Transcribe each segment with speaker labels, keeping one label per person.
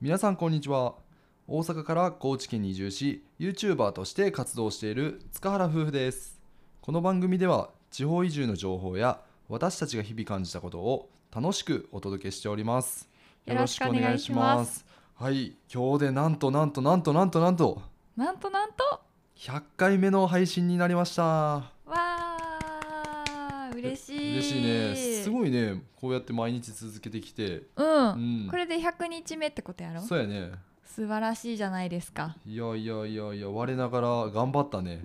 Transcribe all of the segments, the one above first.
Speaker 1: 皆さんこんにちは大阪から高知県に移住し YouTuber として活動している塚原夫婦ですこの番組では地方移住の情報や私たちが日々感じたことを楽しくお届けしております
Speaker 2: よろしくお願いします
Speaker 1: はい今日でなんとなんとなんとなんとなんと
Speaker 2: なんとなんと
Speaker 1: 100回目の配信になりました
Speaker 2: わあ嬉しい
Speaker 1: 嬉しいねす
Speaker 2: い
Speaker 1: ごいねこうやって毎日続けてきて
Speaker 2: うん、
Speaker 1: うん
Speaker 2: これで100日目ってことやろ
Speaker 1: そうやね
Speaker 2: 素晴らしいじゃないで すか
Speaker 1: いやいやいやいや我ながら頑張ったね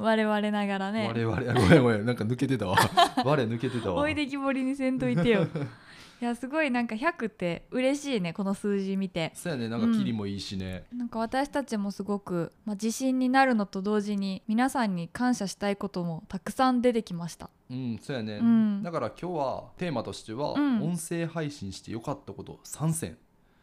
Speaker 2: 我々ながら
Speaker 1: 我
Speaker 2: ね
Speaker 1: 々あごめんごめんなんか抜けて たわ我抜けてたわ
Speaker 2: おいできぼりにせんとい てよいやすごいなんか100って嬉しいねこの数字見て
Speaker 1: そうやねなんかキリもいいしね、
Speaker 2: なんか私たちもすごく、まあ、自信になるのと同時に皆さんに感謝したいこともたくさん出てきました
Speaker 1: うん、そうやね、
Speaker 2: うん
Speaker 1: だから今日はテーマとしては、
Speaker 2: うん
Speaker 1: 音声配信してよかったこと3選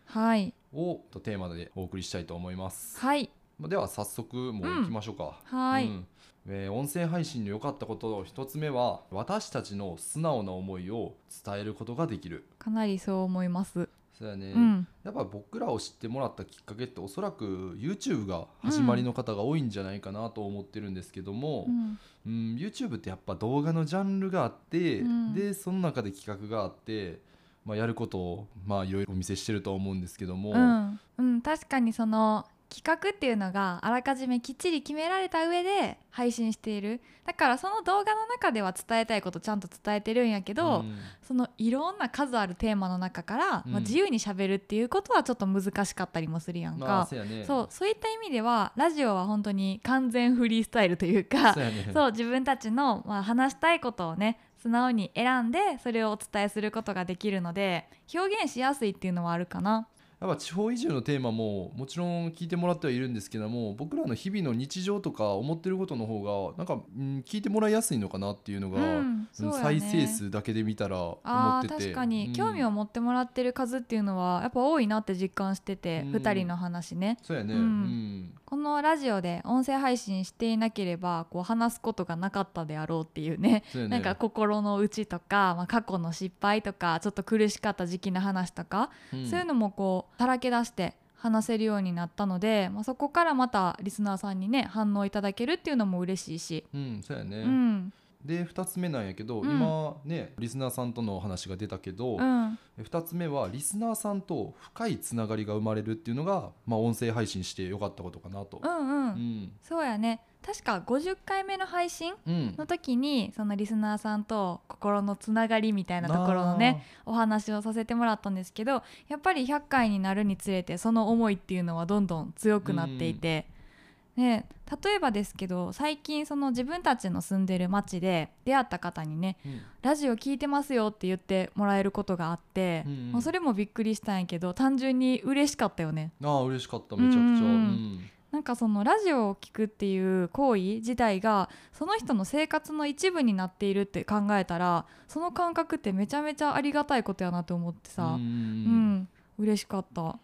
Speaker 2: はい
Speaker 1: をとテーマでお送りしたいと思います、
Speaker 2: はい
Speaker 1: まあでは早速もう行きましょうか、
Speaker 2: はい、
Speaker 1: うんえー音声配信の良かったこと1つ目は私たちの素直な思いを伝えることができる
Speaker 2: かなりそう思います、
Speaker 1: そうやね、
Speaker 2: うん
Speaker 1: やっぱ僕らを知ってもらったきっかけっておそらく YouTube が始まりの方が多いんじゃないかなと思ってるんですけども、
Speaker 2: うん
Speaker 1: うん YouTube ってやっぱ動画のジャンルがあって、
Speaker 2: うん
Speaker 1: でその中で企画があって、まあ、やることをまあいろいろお見せしてると思うんですけども、
Speaker 2: うん、うん、確かにその企画っていうのがあらかじめきっちり決められた上で配信しているだからその動画の中では伝えたいことちゃんと伝えてるんやけど、
Speaker 1: うん
Speaker 2: そのいろんな数あるテーマの中から、
Speaker 1: うん
Speaker 2: まあ、自由にしゃべるっていうことはちょっと難しかったりもするやんか、
Speaker 1: まあそうやね
Speaker 2: そうそういった意味ではラジオは本当に完全フリースタイルというか
Speaker 1: そうやね
Speaker 2: そう自分たちの、まあ、話したいことをね素直に選んでそれをお伝えすることができるので表現しやすいっていうのはあるかな。
Speaker 1: やっぱ地方移住のテーマももちろん聞いてもらってはいるんですけども僕らの日々の日常とか思ってることの方がなんか、うん、聞いてもらいやすいのかなっていうのが、
Speaker 2: うんそうやね
Speaker 1: 再生数だけで見たら思
Speaker 2: あ
Speaker 1: っ
Speaker 2: ー
Speaker 1: てて
Speaker 2: 確かに、
Speaker 1: うん
Speaker 2: 興味を持ってもらってる数っていうのはやっぱ多いなって実感してて、
Speaker 1: うん
Speaker 2: 二人の話ね
Speaker 1: そうやね、う
Speaker 2: うんんこのラジオで音声配信していなければこう話すことがなかったであろうっていうね
Speaker 1: そうやね
Speaker 2: なんか心の内とか、まあ、過去の失敗とかちょっと苦しかった時期の話とか、
Speaker 1: うん
Speaker 2: そういうのもこうさらけ出して話せるようになったので、まあ、そこからまたリスナーさんにね反応いただけるっていうのも嬉しいし、
Speaker 1: うんそうやね、
Speaker 2: うん
Speaker 1: で2つ目なんやけど、
Speaker 2: うん
Speaker 1: 今ねリスナーさんとのお話が出たけど、
Speaker 2: うん、
Speaker 1: 2つ目はリスナーさんと深いつながりが生まれるっていうのが、まあ、音声配信してよかったことかなと
Speaker 2: う。んう
Speaker 1: うんん
Speaker 2: そうやね確か50回目の配信
Speaker 1: うん
Speaker 2: の時にそのリスナーさんと心のつながりみたいなところのねお話をさせてもらったんですけどやっぱり100回になるにつれてその思いっていうのはどんどん強くなっていて、ね、例えばですけど最近その自分たちの住んでる町で出会った方にね
Speaker 1: なあうん
Speaker 2: 「ラジオ聞いてますよ」って言ってもらえることがあって、
Speaker 1: うんうん
Speaker 2: まあそれもびっくりしたんやけど単純に嬉しかったよね。
Speaker 1: ああ嬉しかっためちゃくちゃ、う
Speaker 2: うんうんうん
Speaker 1: ん
Speaker 2: なんかそのラジオを聞くっていう行為自体がその人の生活の一部になっているって考えたらその感覚ってめちゃめちゃありがたいことやなと思って
Speaker 1: うんう
Speaker 2: さ
Speaker 1: ん
Speaker 2: う
Speaker 1: う
Speaker 2: ん、
Speaker 1: ん
Speaker 2: 嬉しかった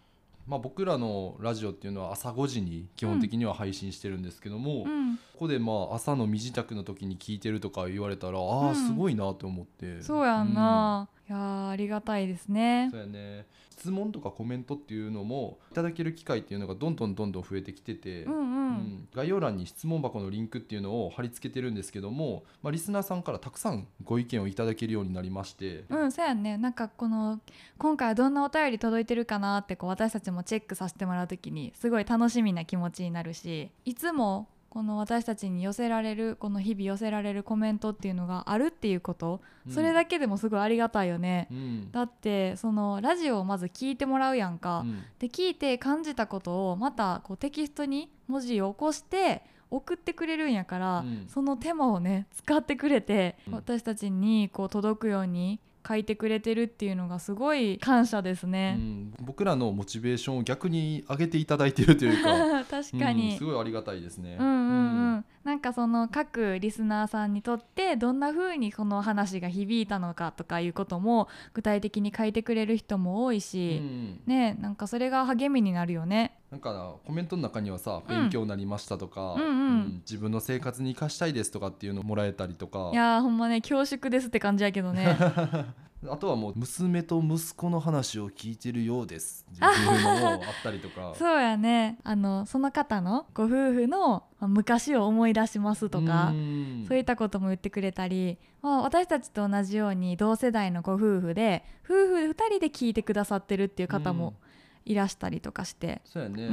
Speaker 1: まあ、僕らのラジオっていうのは朝5時に基本的には配信してるんですけども、
Speaker 2: う
Speaker 1: こ
Speaker 2: ん
Speaker 1: こでまあ朝の身支度の時に聞いてるとか言われたらあ
Speaker 2: う
Speaker 1: あ
Speaker 2: ん
Speaker 1: すごいなと思って、
Speaker 2: そうやんな、いやーありがたいですね
Speaker 1: そうやね質問とかコメントっていうのもいただける機会っていうのがどんどんどんどん増えてきてて、
Speaker 2: うんう
Speaker 1: うんん概要欄に質問箱のリンクっていうのを貼り付けてるんですけども、まあ、リスナーさんからたくさんご意見をいただけるようになりまして、
Speaker 2: うん、そうやんねなんかこの今回はどんなお便り届いてるかなってこう私たちもチェックさせてもらう時にすごい楽しみな気持ちになるしいつもこの私たちに寄せられるこの日々寄せられるコメントっていうのがあるっていうこと、
Speaker 1: うん
Speaker 2: それだけでもすごいありがたいよね、
Speaker 1: うん
Speaker 2: だってそのラジオをまず聞いてもらうやん
Speaker 1: う
Speaker 2: か、
Speaker 1: ん
Speaker 2: で聞いて感じたことをまたこうテキストに文字を起こして送ってくれるんやから、
Speaker 1: うん
Speaker 2: その手間をね使ってくれて、
Speaker 1: うん
Speaker 2: 私たちにこう届くように書いてくれてるっていうのがすごい感謝です
Speaker 1: う
Speaker 2: ね。
Speaker 1: ん僕らのモチベーションを逆に上げていただいてると いうか
Speaker 2: 確かに、
Speaker 1: うんすごいありがたいですね。
Speaker 2: うんうん
Speaker 1: う
Speaker 2: うんん、なんかその各リスナーさんにとってどんな風にこの話が響いたのかとかいうことも具体的に書いてくれる人も多いし、
Speaker 1: うん
Speaker 2: ねなんかそれが励みになるよね。
Speaker 1: なんかなコメントの中にはさ「勉強になりました」とか、
Speaker 2: うんうん
Speaker 1: 自分の生活に生かしたいです」とかっていうのもらえたりとか
Speaker 2: いやーほんまね恐縮ですって感じやけどね
Speaker 1: あとはもう娘と息子の話を聞いてるよう ですっていうのもあったりとか
Speaker 2: そうやねあのその方のご夫婦のまあ昔を思い出しますとか
Speaker 1: うん
Speaker 2: そういったことも言ってくれたり、まあ、私たちと同じように同世代のご夫婦で夫婦2人で聞いてくださってるっていう方もいらしたりとかして、
Speaker 1: そうやね、
Speaker 2: うん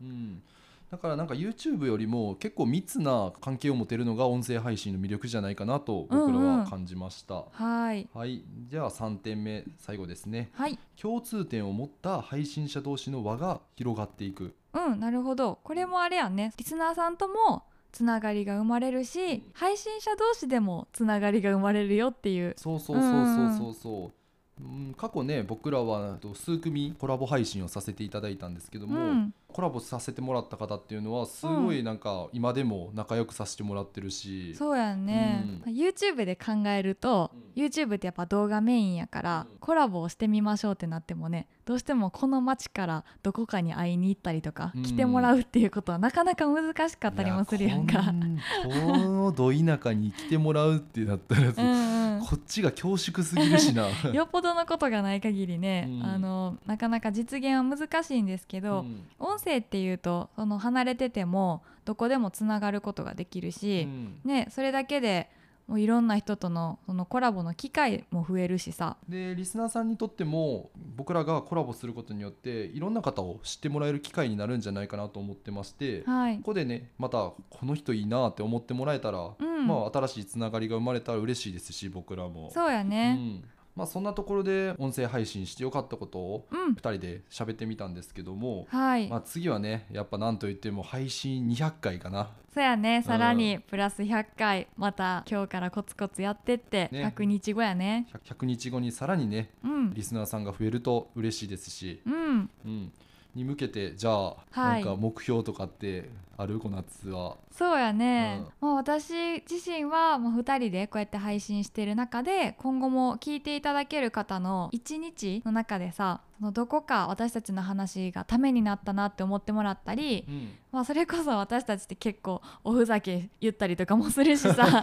Speaker 1: うんだからなんか YouTube よりも結構密な関係を持てるのが音声配信の魅力じゃないかなと僕ら
Speaker 2: うんう
Speaker 1: は
Speaker 2: ん
Speaker 1: 感じました、
Speaker 2: はい
Speaker 1: はいじゃあ3点目最後ですね
Speaker 2: はい
Speaker 1: 共通点を持った配信者同士の輪が広がっていく
Speaker 2: うんなるほどこれもあれやねリスナーさんともつながりが生まれるし配信者同士でもつながりが生まれるよっていう
Speaker 1: そうそうそうそうそうそう、うん、過去ね僕らはえっと数組コラボ配信をさせていただいたんですけど
Speaker 2: う
Speaker 1: も、
Speaker 2: ん
Speaker 1: コラボさせてもらった方っていうのはすご
Speaker 2: う
Speaker 1: いなんか今でも仲良くさせてもらってるし、
Speaker 2: そうやね、
Speaker 1: うん
Speaker 2: まあ YouTube で考えると、
Speaker 1: う
Speaker 2: YouTube ってやっぱ動画メインやから、
Speaker 1: うん
Speaker 2: コラボをしてみましょうってなってもねどうしてもこの町からどこかに会いに行ったりとか、
Speaker 1: うん
Speaker 2: 来てもらうっていうことはなかなか難しかったりもするやん
Speaker 1: いこ
Speaker 2: か。
Speaker 1: んこのど田舎に来てもらうってなったら
Speaker 2: うんうん
Speaker 1: こっちが恐縮すぎるしな。
Speaker 2: よっぽどのことがない限りね、
Speaker 1: うん
Speaker 2: あのなかなか実現は難しいんですけど、
Speaker 1: うん
Speaker 2: 音声っていうとその離れててもどこでもつながることができるし、ね、それだけでもういろんな人とのそのコラボの機会も増えるしさ、
Speaker 1: でリスナーさんにとっても僕らがコラボすることによっていろんな方を知ってもらえる機会になるんじゃないかなと思ってまして、
Speaker 2: はい
Speaker 1: ここでねまたこの人いいなって思ってもらえたら、
Speaker 2: うん
Speaker 1: まあ、新しいつながりが生まれたら嬉しいですし僕らも。
Speaker 2: そうや
Speaker 1: う
Speaker 2: ね、
Speaker 1: んまあ、そんなところで音声配信してよかったことを
Speaker 2: うん
Speaker 1: 2人で喋ってみたんですけども、
Speaker 2: はい、
Speaker 1: まあ、次はねやっぱなんといっても配信200回かな。
Speaker 2: そうやねさらにプラス100回また今日からコツコツやってって
Speaker 1: ね
Speaker 2: 100日後やね
Speaker 1: 100 100日後にさらにね
Speaker 2: うん
Speaker 1: リスナーさんが増えると嬉しいですし、
Speaker 2: うん
Speaker 1: うん、に向けてじゃあ、
Speaker 2: はい
Speaker 1: なんか目標とかってあるこの夏は。
Speaker 2: そうやね、もう私自身はもう2人でこうやって配信してる中で今後も聞いていただける方の1日の中でさそのどこか私たちの話がためになったなって思ってもらったり、まあ、それこそ私たちって結構おふざけ言ったりとかもするし さ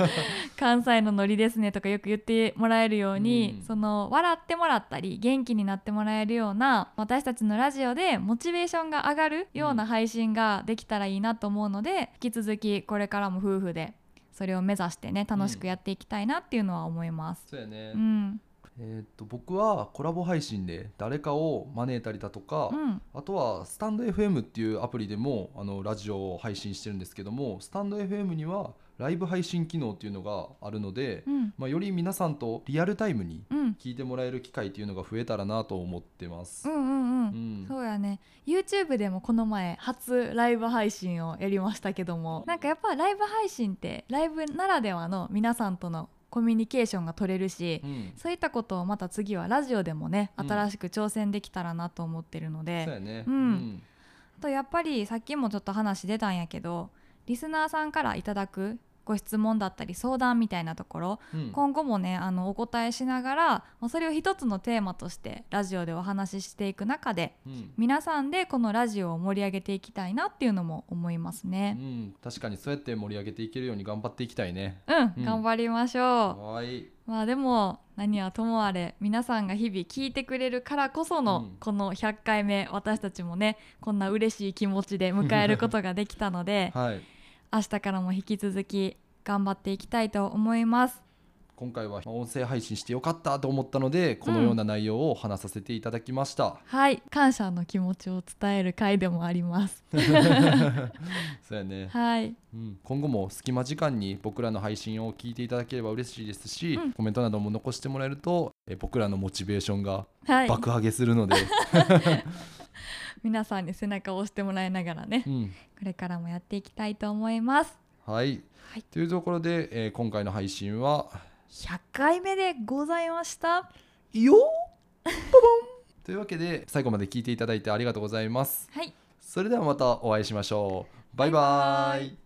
Speaker 2: 関西のノリですねとかよく言ってもらえるように、
Speaker 1: うん
Speaker 2: その笑ってもらったり元気になってもらえるような私たちのラジオでモチベーションが上がるよう
Speaker 1: う
Speaker 2: なん配信ができたらいいなと思うので、引き続きこれからも夫婦でそれを目指してね楽しくやっていきたいなっていうのは思います。
Speaker 1: そうやね、
Speaker 2: うん、
Speaker 1: えーっと僕はコラボ配信で誰かを招いたりだとか、
Speaker 2: うん、
Speaker 1: あとはスタンド FM っていうアプリでもあのラジオを配信してるんですけどもスタンド FM にはライブ配信機能っていうのがあるので、
Speaker 2: うん、
Speaker 1: まあ、より皆さんとリアルタイムに
Speaker 2: うん、
Speaker 1: 聞いてもらえる機会っていうのが増えたらなと思ってます。
Speaker 2: うん、うん、うん
Speaker 1: う。ん
Speaker 2: そうやね YouTube でもこの前初ライブ配信をやりましたけどもなんかやっぱライブ配信ってライブならではの皆さんとのコミュニケーションが取れるし、
Speaker 1: うん
Speaker 2: そういったことをまた次はラジオでもね
Speaker 1: うん
Speaker 2: 新しく挑戦できたらなと思ってるので、
Speaker 1: そうやね、
Speaker 2: うんあとやっぱりさっきもちょっと話出たんやけどリスナーさんからいただくご質問だったり相談みたいなところ
Speaker 1: うん
Speaker 2: 今後もねあのお答えしながらまあそれを一つのテーマとしてラジオでお話ししていく中で
Speaker 1: うん
Speaker 2: 皆さんでこのラジオを盛り上げていきたいなっていうのも思います
Speaker 1: う
Speaker 2: ね。
Speaker 1: ん、確かにそうやって盛り上げていけるように頑張っていきたいね。
Speaker 2: うん、
Speaker 1: うん
Speaker 2: 頑張りましょ
Speaker 1: はい、
Speaker 2: う。まあでも何はともあれ皆さんが日々聞いてくれるからこその、
Speaker 1: うん
Speaker 2: この100回目私たちもねこんな嬉しい気持ちで迎えることができたので
Speaker 1: はい、
Speaker 2: 明日からも引き続き頑張っていきたいと思います。
Speaker 1: 今回はまあ音声配信してよかったと思ったのでこのような内容を話させていただきました。
Speaker 2: はい、感謝の気持ちを伝える回でもあり ます。
Speaker 1: そうやね、
Speaker 2: はい、
Speaker 1: うん、今後も隙間時間に僕らの配信を聞いていただければ嬉しいですし、
Speaker 2: うん
Speaker 1: コメントなども残してもらえるとえ僕らのモチベーションが
Speaker 2: はい、
Speaker 1: 爆上げするの で、
Speaker 2: 皆さんに背中を押してもらいながらね
Speaker 1: う、ん
Speaker 2: これからもやっていきたいと思います。
Speaker 1: はい、
Speaker 2: はい
Speaker 1: というところで、えー今回の配信は
Speaker 2: 100回目でございました。
Speaker 1: よーというわけで最後まで聞いていただいてありがとうございます。
Speaker 2: はい。
Speaker 1: それではまたお会いしましょう。バイバ
Speaker 2: バイバ
Speaker 1: イ
Speaker 2: イ